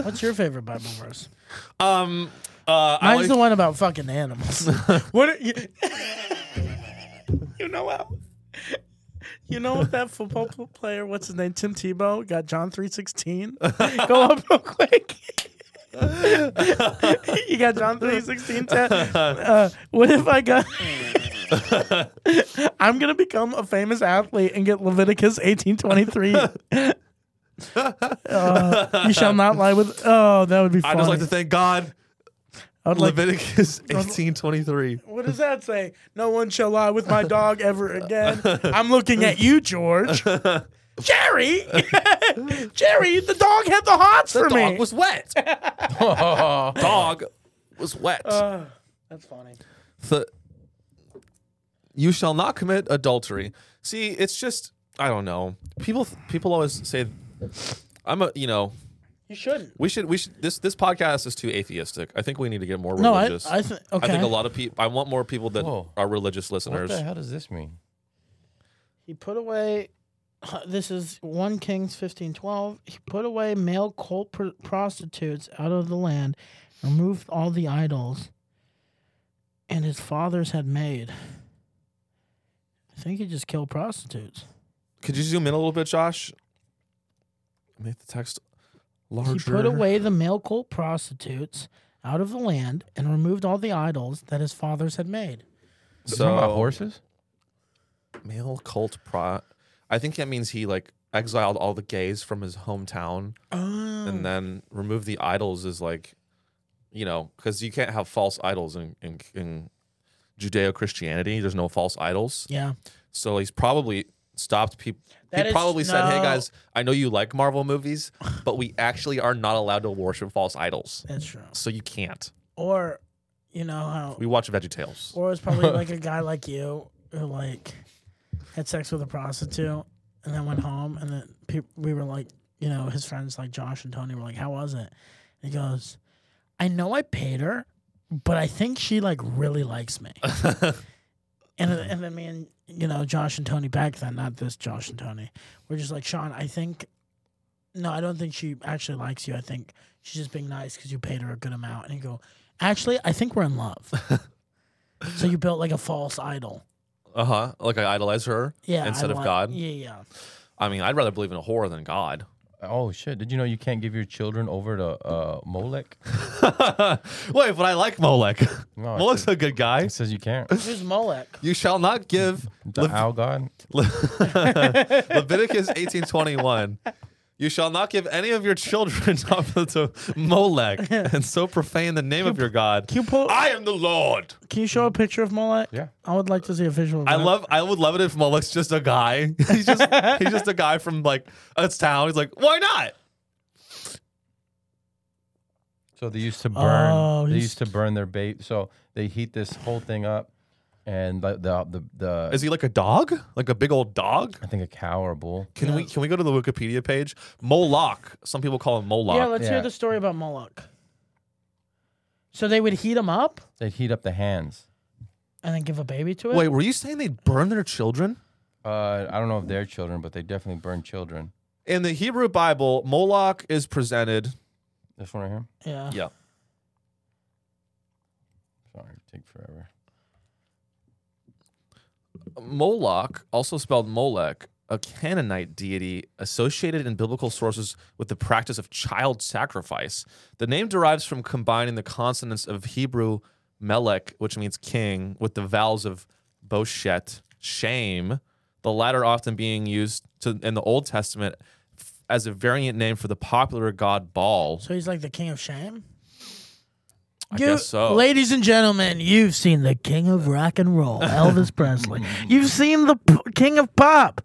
Speaker 2: What's your favorite Bible verse?
Speaker 1: Um, uh, I
Speaker 2: Mine's
Speaker 1: like,
Speaker 2: the one about fucking animals. what? Are you, you know how? You know what that football pl- player, what's his name, Tim Tebow, got John three sixteen. Go up real quick. you got John three sixteen ten. Uh, what if I got? I'm gonna become a famous athlete and get Leviticus eighteen twenty three. Uh, you shall not lie with. Oh, that would be.
Speaker 1: I
Speaker 2: Funny.
Speaker 1: just like to thank God.
Speaker 2: I'd like-
Speaker 1: Leviticus 18:23.
Speaker 2: What does that say? No one shall lie with my dog ever again. I'm looking at you, George. Jerry! Jerry, the dog had the hots for me.
Speaker 1: Dog was wet. Dog was wet.
Speaker 2: Uh, That's funny.
Speaker 1: the you shall not commit adultery. See, it's just I don't know. People people always say I'm a you know
Speaker 2: You shouldn't.
Speaker 1: we should we should this this podcast is too atheistic. I think we need to get more
Speaker 2: No, I,
Speaker 1: religious.
Speaker 2: I, th- okay.
Speaker 1: I think a lot of people. I want more people that
Speaker 3: Whoa.
Speaker 1: are religious listeners.
Speaker 3: What the hell does this mean?
Speaker 2: He put away. This is 1 Kings 15:12. He put away male cult pr- prostitutes out of the land, removed all the idols and his fathers had made. I think he just killed prostitutes.
Speaker 1: Could you zoom in a little bit, Josh? Make the text larger.
Speaker 2: He put away the male cult prostitutes out of the land and removed all the idols that his fathers had made.
Speaker 3: Is it talking about
Speaker 1: So-
Speaker 3: horses?
Speaker 1: male cult pro. I think that means he like exiled all the gays from his hometown.
Speaker 2: Oh.
Speaker 1: and then remove the idols is like, you know, because you can't have false idols in in, in Judeo Christianity. There's no false idols.
Speaker 2: Yeah.
Speaker 1: So he's probably stopped people.
Speaker 2: That
Speaker 1: he
Speaker 2: is-
Speaker 1: probably said, "Hey
Speaker 2: no.
Speaker 1: guys, I know you like Marvel movies, but we actually are not allowed to worship false idols.
Speaker 2: That's true.
Speaker 1: So you can't.
Speaker 2: Or, you know how,
Speaker 1: We watch VeggieTales."
Speaker 2: or it's probably like a guy like you who like had sex with a prostitute and then went home and then peop we were like, you know, his friends like Josh and Tony were like, how was it? And he goes, I know I paid her, but I think she like really likes me. And and then me and you know Josh and Tony back then, not this Josh and Tony. We're just like Sean. I think, no, I don't think she actually likes you. I think she's just being nice because you paid her a good amount. And you go, actually, I think we're in love. so you built like a false idol.
Speaker 1: uh huh. Like I idolize her
Speaker 2: Yeah.
Speaker 1: instead of
Speaker 2: idoli-
Speaker 1: God.
Speaker 2: Yeah, yeah.
Speaker 1: I mean, I'd rather believe in a whore than God.
Speaker 3: Oh shit! Did you know you can't give your children over to uh, Molech?
Speaker 1: Wait, but I like Molech.
Speaker 3: No,
Speaker 1: Molech's a good guy.
Speaker 3: It says you can't.
Speaker 2: Who's Molech?
Speaker 1: You shall not give
Speaker 3: The owl god.
Speaker 1: Leviticus 18:21. You shall not give any of your children up to Molech and so profane the name of your God.
Speaker 2: Can you pull?
Speaker 1: I am the Lord.
Speaker 2: can you show a picture of Molech?
Speaker 3: Yeah.
Speaker 2: I would like to see a visual. Of
Speaker 1: I
Speaker 2: that.
Speaker 1: love. I would love it if Molech's just a guy. He's just he's just a guy from like a town. He's like, why not?
Speaker 3: So they used to burn.
Speaker 2: Oh,
Speaker 3: they
Speaker 2: he's-
Speaker 3: used to burn their bait. So they heat this whole thing up, and the the the. the
Speaker 1: Is he like a dog? Like a big old dog?
Speaker 3: I think a cow or a bull.
Speaker 1: Can we can we go to the Wikipedia page? Moloch. Some people call him Moloch.
Speaker 2: Yeah, let's
Speaker 3: Yeah.
Speaker 2: hear the story about Moloch. So they would heat him up
Speaker 3: They heat up the hands.
Speaker 2: and then give a baby to it.
Speaker 1: Wait, were you saying they burn their children?
Speaker 3: Uh, I don't know if they're children, but they definitely burn children.
Speaker 1: In the Hebrew Bible, Moloch is presented.
Speaker 3: This one right here.
Speaker 2: Yeah.
Speaker 1: Yeah.
Speaker 3: Sorry, take forever.
Speaker 1: Moloch, also spelled Molech, a Canaanite deity associated in biblical sources with the practice of child sacrifice. The name derives from combining the consonants of Hebrew melech, which means king, with the vowels of boshet, shame, the latter often being used to, in the Old Testament f- as a variant name for the popular god Baal.
Speaker 2: So he's like the king of shame.
Speaker 1: I guess so.
Speaker 2: Ladies and gentlemen, you've seen the king of rock and roll, Elvis Presley. You've seen the p- king of pop,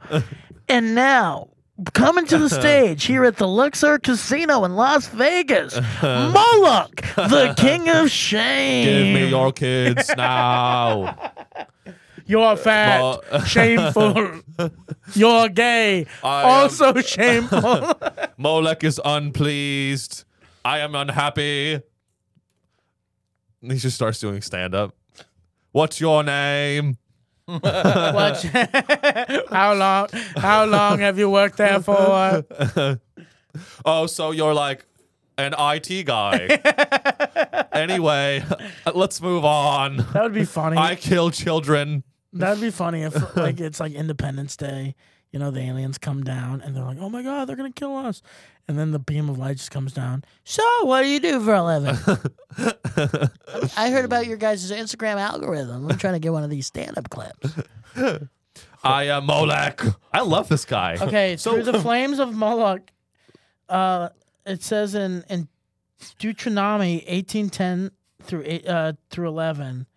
Speaker 2: and now Coming to the stage here at the Luxor Casino in Las Vegas, Moloch, the King of
Speaker 1: Give
Speaker 2: Shame.
Speaker 1: me your kids now.
Speaker 2: You're fat,
Speaker 1: Mo-
Speaker 2: shameful. You're gay,
Speaker 1: I am-
Speaker 2: also shameful.
Speaker 1: Molek is unpleased. I am unhappy. And he just starts doing stand up. What's your name?
Speaker 2: What? how long? How long have you worked there for?
Speaker 1: Oh, so you're like an IT guy. anyway, let's move on.
Speaker 2: That would be funny.
Speaker 1: I kill children.
Speaker 2: That'd be funny if like it's like Independence Day. You know, the aliens come down and they're like, "Oh my God, they're gonna kill us!" And then the beam of light just comes down. So, what do you do for a living? I heard about your guys' Instagram algorithm. I'm trying to get one of these stand-up clips.
Speaker 1: I am Molek. I love this guy.
Speaker 2: Okay,
Speaker 1: So-
Speaker 2: through the flames of Moloch. Uh, it says in in Deuteronomy eighteen ten through eight, uh, through eleven,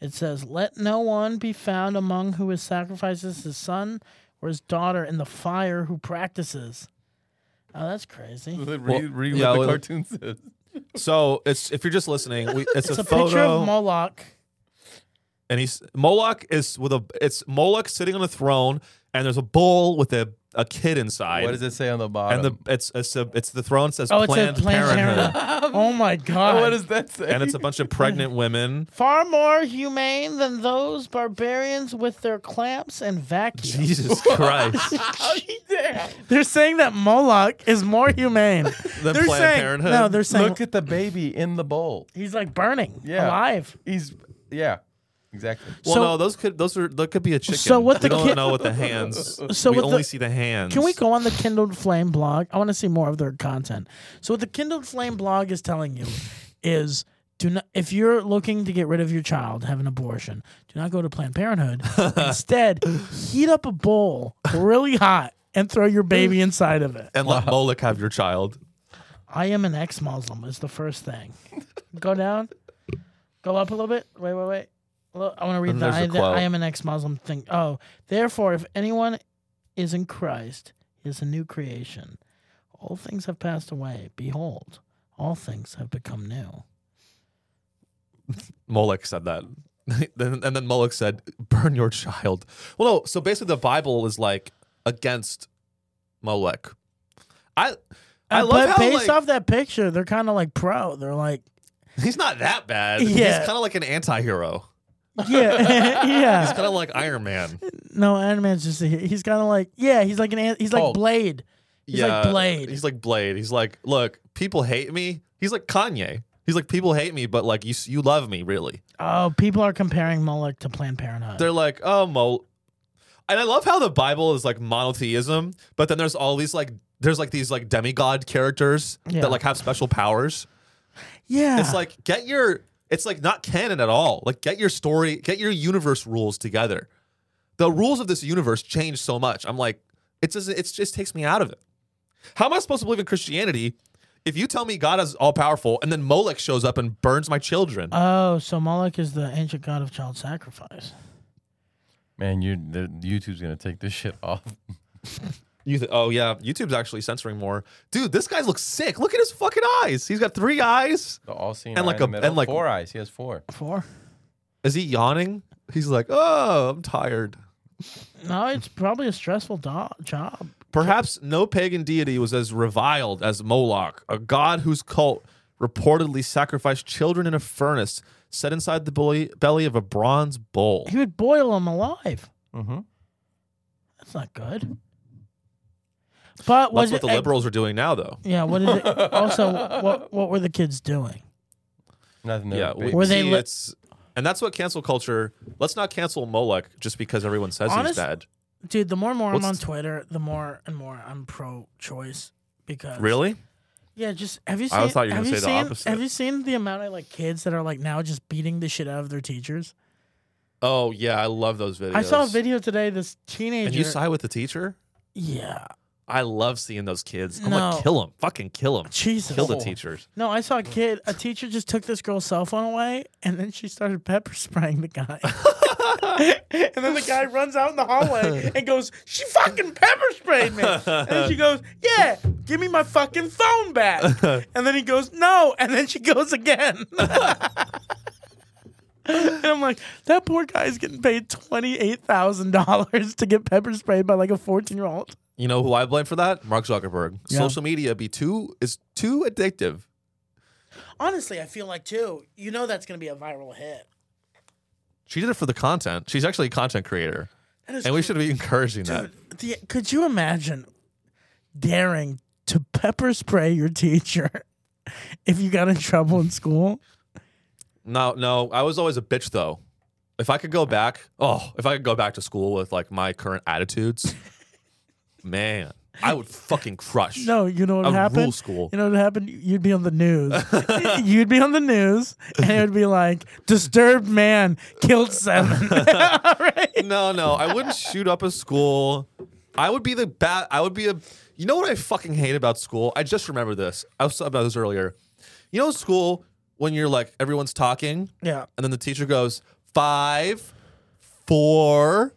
Speaker 2: it says, "Let no one be found among who is sacrifices his son or his daughter in the fire who practices." Oh, that's crazy.
Speaker 3: Read,
Speaker 1: Well,
Speaker 3: read
Speaker 1: yeah,
Speaker 3: what the
Speaker 1: well-
Speaker 3: cartoon says.
Speaker 1: So it's if you're just listening, we, it's,
Speaker 2: It's
Speaker 1: a,
Speaker 2: a
Speaker 1: photo,
Speaker 2: picture of Moloch.
Speaker 1: and he's Moloch is with a it's Moloch sitting on a throne, and there's a bull with a, a kid inside.
Speaker 3: What does it say on the
Speaker 1: And
Speaker 3: bottom?
Speaker 1: the it's it's a, it's the throne says
Speaker 2: Oh, it's
Speaker 1: Planned,
Speaker 2: a Planned
Speaker 1: Parenthood,
Speaker 2: Parenthood. oh my God!
Speaker 3: what does that say?
Speaker 1: and it's a bunch of pregnant women.
Speaker 2: Far more humane than those barbarians with their clamps and vacuums.
Speaker 1: Jesus Christ!
Speaker 2: They're saying that Moloch is more humane.
Speaker 1: Then
Speaker 2: they're
Speaker 1: Planned
Speaker 2: saying
Speaker 1: Parenthood.
Speaker 2: no. They're saying
Speaker 3: Look at the baby in the bowl.
Speaker 2: he's like burning
Speaker 3: Yeah.
Speaker 2: alive.
Speaker 3: He's yeah, exactly.
Speaker 1: well,
Speaker 2: so-
Speaker 1: no, those could those are that could be a chicken.
Speaker 2: So what
Speaker 1: we
Speaker 2: the
Speaker 1: don't
Speaker 2: kid-
Speaker 1: know what the hands.
Speaker 2: So
Speaker 1: we
Speaker 2: what
Speaker 1: only
Speaker 2: the-
Speaker 1: see the hands.
Speaker 2: Can we go on the Kindled Flame blog? I want to see more of their content. So what the Kindled Flame blog is telling you is do not if you're looking to get rid of your child, have an abortion, do not go to Planned Parenthood. Instead, heat up a bowl really hot and throw your baby inside of it.
Speaker 1: and let Moloch have your child?
Speaker 2: I am an ex-Muslim is the first thing. Go down. Go up a little bit. Wait, wait, wait. Look, I want to read
Speaker 1: And
Speaker 2: the
Speaker 1: there's
Speaker 2: I,
Speaker 1: a
Speaker 2: the
Speaker 1: quote.
Speaker 2: I am an ex-Muslim thing. Oh, therefore, if anyone is in Christ, he is a new creation. All things have passed away. Behold, all things have become new.
Speaker 1: Moloch said that. Then- and then Moloch said, burn your child. Well, no, so basically the Bible is like against Molech. I I
Speaker 2: Uh,
Speaker 1: love
Speaker 2: but
Speaker 1: how like,
Speaker 2: based off that picture, they're kind of like pro. They're like,
Speaker 1: he's not that bad. He's
Speaker 2: Yeah.
Speaker 1: kind of like an anti-hero.
Speaker 2: yeah,
Speaker 1: He's
Speaker 2: yeah.
Speaker 1: kind of like Iron Man.
Speaker 2: No, Iron Man's just a, he's kind of like, yeah, he's like an an- he's like
Speaker 3: Oh.
Speaker 2: Blade. He's like Blade.
Speaker 1: He's like Blade. He's like, look, people hate me. He's like Kanye. He's like, people hate me, but like you s- you love me, really.
Speaker 2: Oh, people are comparing Moloch to Planned Parenthood.
Speaker 1: They're like, oh, Mo. And I love how the Bible is like monotheism, but then there's all these like there's like these like demigod characters
Speaker 2: Yeah.
Speaker 1: that like have special powers.
Speaker 2: yeah,
Speaker 1: It's like get your it's like not canon at all. Like get your story, get your universe rules together. The rules of this universe change so much. I'm like, it doesn't it just takes me out of it. How am I supposed to believe in Christianity if you tell me God is all powerful and then Molech shows up and burns my children?
Speaker 2: Oh, so Moloch is the ancient god of child sacrifice.
Speaker 3: Man, you the, YouTube's gonna take this shit off.
Speaker 1: You th- oh yeah, YouTube's actually censoring more. Dude, this guy looks sick. Look at his fucking eyes. He's got three eyes.
Speaker 3: The all seen
Speaker 1: And like
Speaker 3: eye in the
Speaker 1: a-
Speaker 3: middle.
Speaker 1: and like-
Speaker 3: four eyes. He has four.
Speaker 2: Four?
Speaker 1: Is he yawning? He's like, oh, I'm tired.
Speaker 2: No, it's probably a stressful do- job.
Speaker 1: Perhaps no pagan deity was as reviled as Moloch, a god whose cult reportedly sacrificed children in a furnace set inside the belly, belly of a bronze bull.
Speaker 2: He would boil them alive.
Speaker 3: Mm-hmm.
Speaker 2: That's not good. But was
Speaker 1: That's what
Speaker 2: it,
Speaker 1: the liberals are doing now, though.
Speaker 2: Yeah. What is it? Also, what what were the kids doing?
Speaker 3: Nothing.
Speaker 1: Yeah,
Speaker 3: Yeah,
Speaker 1: we,
Speaker 2: Were they
Speaker 1: see,
Speaker 2: li-
Speaker 1: it's, and that's what cancel culture. Let's not cancel Moloch just because everyone says
Speaker 2: Honest-
Speaker 1: he's bad.
Speaker 2: Dude, the more and more
Speaker 1: What's-
Speaker 2: I'm on Twitter, the more and more I'm pro-choice because
Speaker 1: Really?
Speaker 2: Yeah, just have you seen?
Speaker 1: I always thought you were
Speaker 2: have
Speaker 1: gonna say
Speaker 2: you
Speaker 1: the
Speaker 2: seen,
Speaker 1: opposite.
Speaker 2: Have you seen the amount of like kids that are like now just beating the shit out of their teachers?
Speaker 1: Oh yeah, I love those videos.
Speaker 2: I saw a video today. This teenager.
Speaker 1: And you side with the teacher?
Speaker 2: Yeah.
Speaker 1: I love seeing those kids. I'm
Speaker 2: No.
Speaker 1: like, kill them, fucking kill them,
Speaker 2: Jesus.
Speaker 1: kill the teachers.
Speaker 2: No, I saw a kid. A teacher just took this girl's cell phone away, and then she started pepper spraying the guy. and then the guy runs out in the hallway and goes, "She fucking pepper sprayed me." And then she goes, "Yeah, give me my fucking phone back." And then he goes, "No," and then she goes again. And I'm like, that poor guy is getting paid twenty eight thousand dollars to get pepper sprayed by like a fourteen year old.
Speaker 1: You know who I blame for that? Mark Zuckerberg.
Speaker 2: Yeah.
Speaker 1: Social media be too is too addictive.
Speaker 2: Honestly, I feel like too. You know that's gonna be a viral hit.
Speaker 1: She did it for the content. She's actually a content creator,
Speaker 2: That is
Speaker 1: and we should be encouraging that.
Speaker 2: Dude, the, could you imagine daring to pepper spray your teacher if you got in trouble in school?
Speaker 1: No, no, I was always a bitch though. If I could go back, oh, if I could go back to school with like my current attitudes, man, I would fucking crush.
Speaker 2: No, you know what
Speaker 1: I would
Speaker 2: happened?
Speaker 1: rule school.
Speaker 2: You know what happened? You'd be on the news. You'd be on the news, and it would be like, disturbed man killed seven. All right.
Speaker 1: No, no, I wouldn't shoot up a school. I would be the bad. I would be a. You know what I fucking hate about school? I just remember this. I was talking about this earlier. You know, in school when you're like everyone's talking,
Speaker 2: Yeah.
Speaker 1: and then the teacher goes five, four,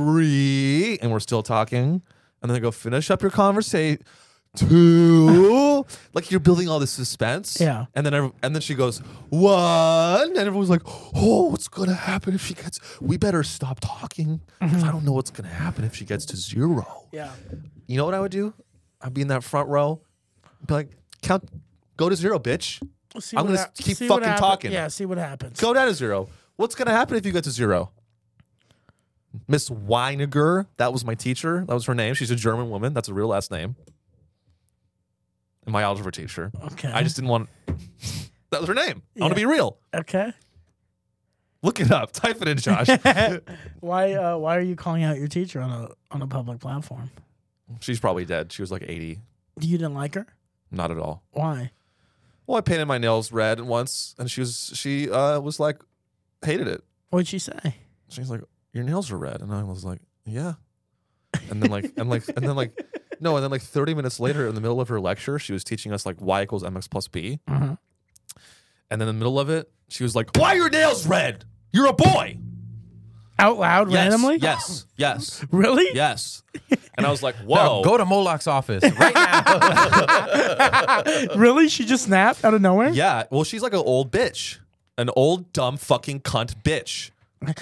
Speaker 1: three, and we're still talking, and then they go finish up your conversation. Two, like you're building all this suspense,
Speaker 2: Yeah.
Speaker 1: And then every, and then she goes one, and everyone's like, "Oh, what's gonna happen if she gets? We better stop talking because I don't know what's gonna happen if she gets to zero.
Speaker 2: Mm-hmm. Yeah.
Speaker 1: You know what I would do? I'd be in that front row, be like, "Count, go to zero, bitch.
Speaker 2: See
Speaker 1: I'm
Speaker 2: what
Speaker 1: gonna
Speaker 2: hap-
Speaker 1: keep
Speaker 2: see what
Speaker 1: fucking
Speaker 2: happen-
Speaker 1: talking.
Speaker 2: Yeah, see what happens.
Speaker 1: Go down to zero. What's gonna happen if you get to zero? Miss Weiniger, that was my teacher. That was her name. She's a German woman. That's a real last name. And my algebra teacher.
Speaker 2: Okay.
Speaker 1: I just didn't want. that was her name. I want to be real.
Speaker 2: Okay.
Speaker 1: Look it up. Type it in, Josh.
Speaker 2: Why uh, why are you calling out your teacher on a on a public platform?
Speaker 1: She's probably dead. She was like 80.
Speaker 2: You didn't like her?
Speaker 1: Not at all.
Speaker 2: Why?
Speaker 1: Well, I painted my nails red once, and she was she uh, was like hated it.
Speaker 2: What'd she say?
Speaker 1: She's like, "Your nails are red," and I was like, "Yeah." And then like and like and then like no, and then like 30 minutes later, in the middle of her lecture, she was teaching us like y equals mx plus b,
Speaker 3: Mm-hmm.
Speaker 2: Uh-huh.
Speaker 1: and then in the middle of it, she was like, "Why are your nails red? You're a boy."
Speaker 2: Out loud,
Speaker 1: Yes,
Speaker 2: randomly?
Speaker 1: Yes. Yes.
Speaker 2: Really?
Speaker 1: Yes. And I was like,
Speaker 3: Now
Speaker 1: "Whoa."
Speaker 3: go to Moloch's office right now.
Speaker 2: Really? She just snapped out of nowhere?
Speaker 1: yeah. Well, she's like an old bitch, an old dumb fucking cunt bitch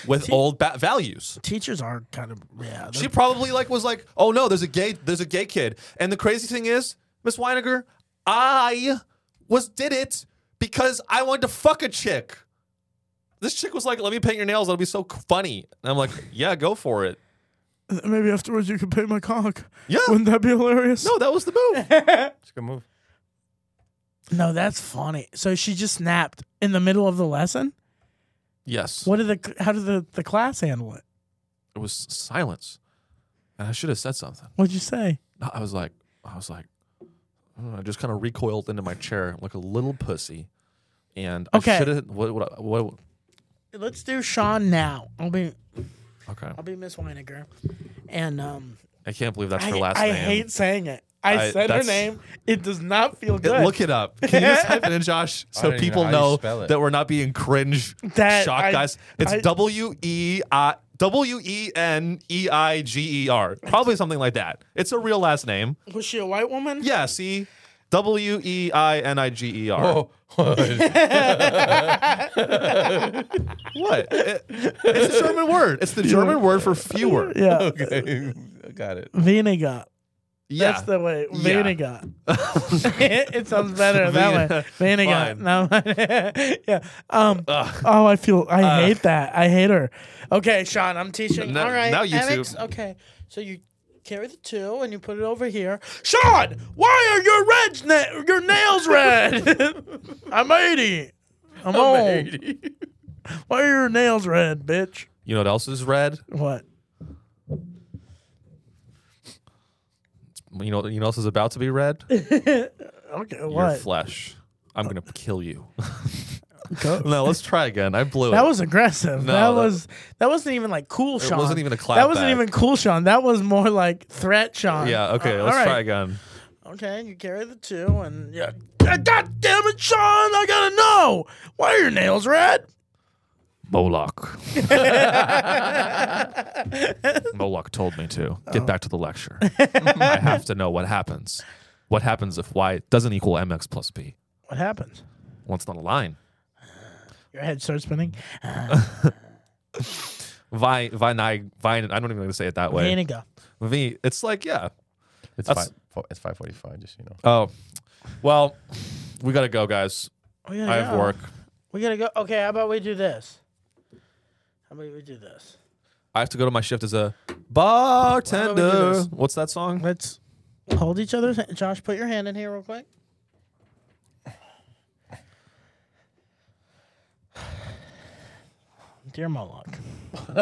Speaker 1: with old ba- values.
Speaker 2: Teachers are kind of yeah.
Speaker 1: She probably like was like, "Oh no, there's a gay, there's a gay kid." And the crazy thing is, Miss Weiniger, I was did it because I wanted to fuck a chick. This chick was like, "Let me paint your nails. That'll be so c- funny." And I'm like, "Yeah, go for it."
Speaker 2: they're- Maybe afterwards you could pay my cock.
Speaker 1: Yeah.
Speaker 2: Wouldn't that be hilarious?
Speaker 1: No, that was the move.
Speaker 3: It's a good move.
Speaker 2: No, that's funny. So she just snapped in the middle of the lesson.
Speaker 1: yes,
Speaker 2: What did the how did the, the class handle it?
Speaker 1: it was silence, and I should have said something.
Speaker 2: What'd you say?
Speaker 1: I was like, I was like, I, don't know, I just kind of recoiled into my chair like a little pussy, and
Speaker 2: Okay.
Speaker 1: I should have. What, what, what?
Speaker 2: Let's do Sean now. I'll be
Speaker 1: Okay,
Speaker 2: I'll be Miss Weiniger. And um
Speaker 1: I can't believe that's
Speaker 2: I,
Speaker 1: her last
Speaker 2: I
Speaker 1: name.
Speaker 2: hate saying it. I,
Speaker 1: I-
Speaker 2: said her
Speaker 1: that's-
Speaker 2: name. It does not feel
Speaker 1: It-
Speaker 2: good.
Speaker 1: Look it up. Can you just type it in, Josh,
Speaker 3: I
Speaker 1: so
Speaker 3: don't even
Speaker 1: people
Speaker 3: know how you
Speaker 1: know,
Speaker 3: spell it.
Speaker 1: that we're not being cringe
Speaker 2: That-
Speaker 1: shock
Speaker 2: I-
Speaker 1: guys? It's
Speaker 2: I-
Speaker 1: W E I W E N E I G E R. Probably something like that. It's a real last name.
Speaker 2: Was she a white woman?
Speaker 1: Yeah, see? W E I N I G E R.
Speaker 3: Oh,
Speaker 1: What?
Speaker 3: what?
Speaker 1: It- it's a German word. It's the German word for fewer.
Speaker 2: Yeah.
Speaker 3: okay, I got it.
Speaker 2: Vinegar.
Speaker 1: Yeah.
Speaker 2: That's the way.
Speaker 1: Yeah.
Speaker 2: Vinegar. it sounds better that way. Vinegar.
Speaker 1: Fine.
Speaker 2: No. yeah. Um.
Speaker 1: Ugh.
Speaker 2: Oh, I feel. I hate that. I hate her. Okay, Sean. I'm teaching.
Speaker 1: No-
Speaker 2: All right.
Speaker 1: Uh, now you
Speaker 2: Alex,
Speaker 1: two.
Speaker 2: Okay. So you carry the two and you put it over here. Sean, why are your red na- your nails red? I'm 80. I'm, old. Why are your nails red, bitch?
Speaker 1: You know what else is red?
Speaker 2: What?
Speaker 1: You know, you know what else is about to be red?
Speaker 2: Okay.
Speaker 1: Your
Speaker 2: What?
Speaker 1: flesh. I'm going to kill you. no, let's try again. I blew it.
Speaker 2: That was aggressive.
Speaker 1: No,
Speaker 2: that,
Speaker 1: that-
Speaker 2: was that wasn't even like cool Sean.
Speaker 1: wasn't even a
Speaker 2: That wasn't
Speaker 1: clapback.
Speaker 2: even cool Sean. That was more like threat Sean.
Speaker 1: yeah. Okay,
Speaker 2: Uh,
Speaker 1: let's
Speaker 2: all
Speaker 1: try
Speaker 2: right.
Speaker 1: again.
Speaker 2: Okay, you carry the two and yeah. God damn it, Sean! I gotta know. Why are your nails red?
Speaker 1: Moloch. Moloch told me to
Speaker 2: Oh.
Speaker 1: get back to the lecture. I have to know what happens. What happens if y doesn't equal mx plus b?
Speaker 2: What happens?
Speaker 1: Well, it's not a line.
Speaker 2: Your head starts spinning.
Speaker 1: Vi, vi, ni, vi, I don't even know how to say it that way.
Speaker 2: Vinegar.
Speaker 1: V, it's like, yeah.
Speaker 3: It's
Speaker 1: That's-
Speaker 3: five. fo- It's five forty-five. Just so you know.
Speaker 1: Oh, well, we got to go, guys.
Speaker 2: We gotta
Speaker 1: I have
Speaker 2: go.
Speaker 1: work.
Speaker 2: We gotta go. Okay, how about we do this? How about we do this?
Speaker 1: I have to go to my shift as a
Speaker 2: Why don't we
Speaker 1: bartender.
Speaker 2: do this?
Speaker 1: What's that song?
Speaker 2: Let's hold each other's hand. Josh, put your hand in here real quick. Dear Moloch.
Speaker 1: You're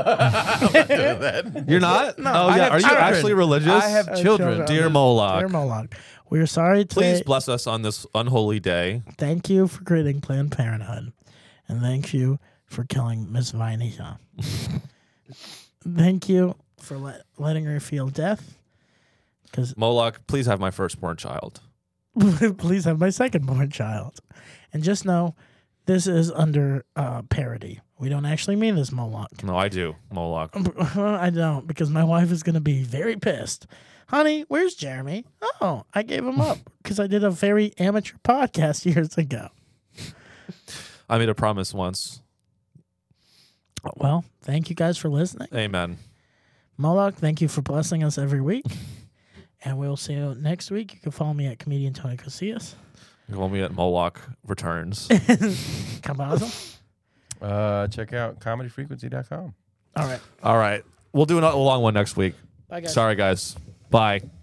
Speaker 1: not? No. Oh,
Speaker 2: I
Speaker 1: yeah.
Speaker 2: have
Speaker 1: Are you
Speaker 2: children.
Speaker 1: actually religious?
Speaker 3: I have children.
Speaker 2: children.
Speaker 1: Dear Moloch.
Speaker 2: Dear Moloch. We are sorry today.
Speaker 1: Please bless us on this unholy day.
Speaker 2: Thank you for creating Planned Parenthood. And thank you for killing Miss Vinica. thank you for let, letting her feel death. Because
Speaker 1: Moloch, please have my firstborn child.
Speaker 2: please have my second born child. And just know this is under uh, parody. We don't actually mean this, Moloch.
Speaker 1: No, I do, Moloch.
Speaker 2: I don't because my wife is going to be very pissed. Honey, where's Jeremy? Oh, I gave him up because I did a very amateur podcast years ago.
Speaker 1: I made a promise once.
Speaker 2: Well, thank you guys for listening.
Speaker 1: Amen.
Speaker 2: Moloch, thank you for blessing us every week. and we'll see you next week. You can follow me at comedian Tony Casillas.
Speaker 1: Call me at Moloch Returns.
Speaker 2: Kabaza.
Speaker 3: Uh, check out comedyfrequency.com.
Speaker 2: All right.
Speaker 1: All right. We'll do a long one next week.
Speaker 2: Bye, guys.
Speaker 1: Sorry, guys. Bye.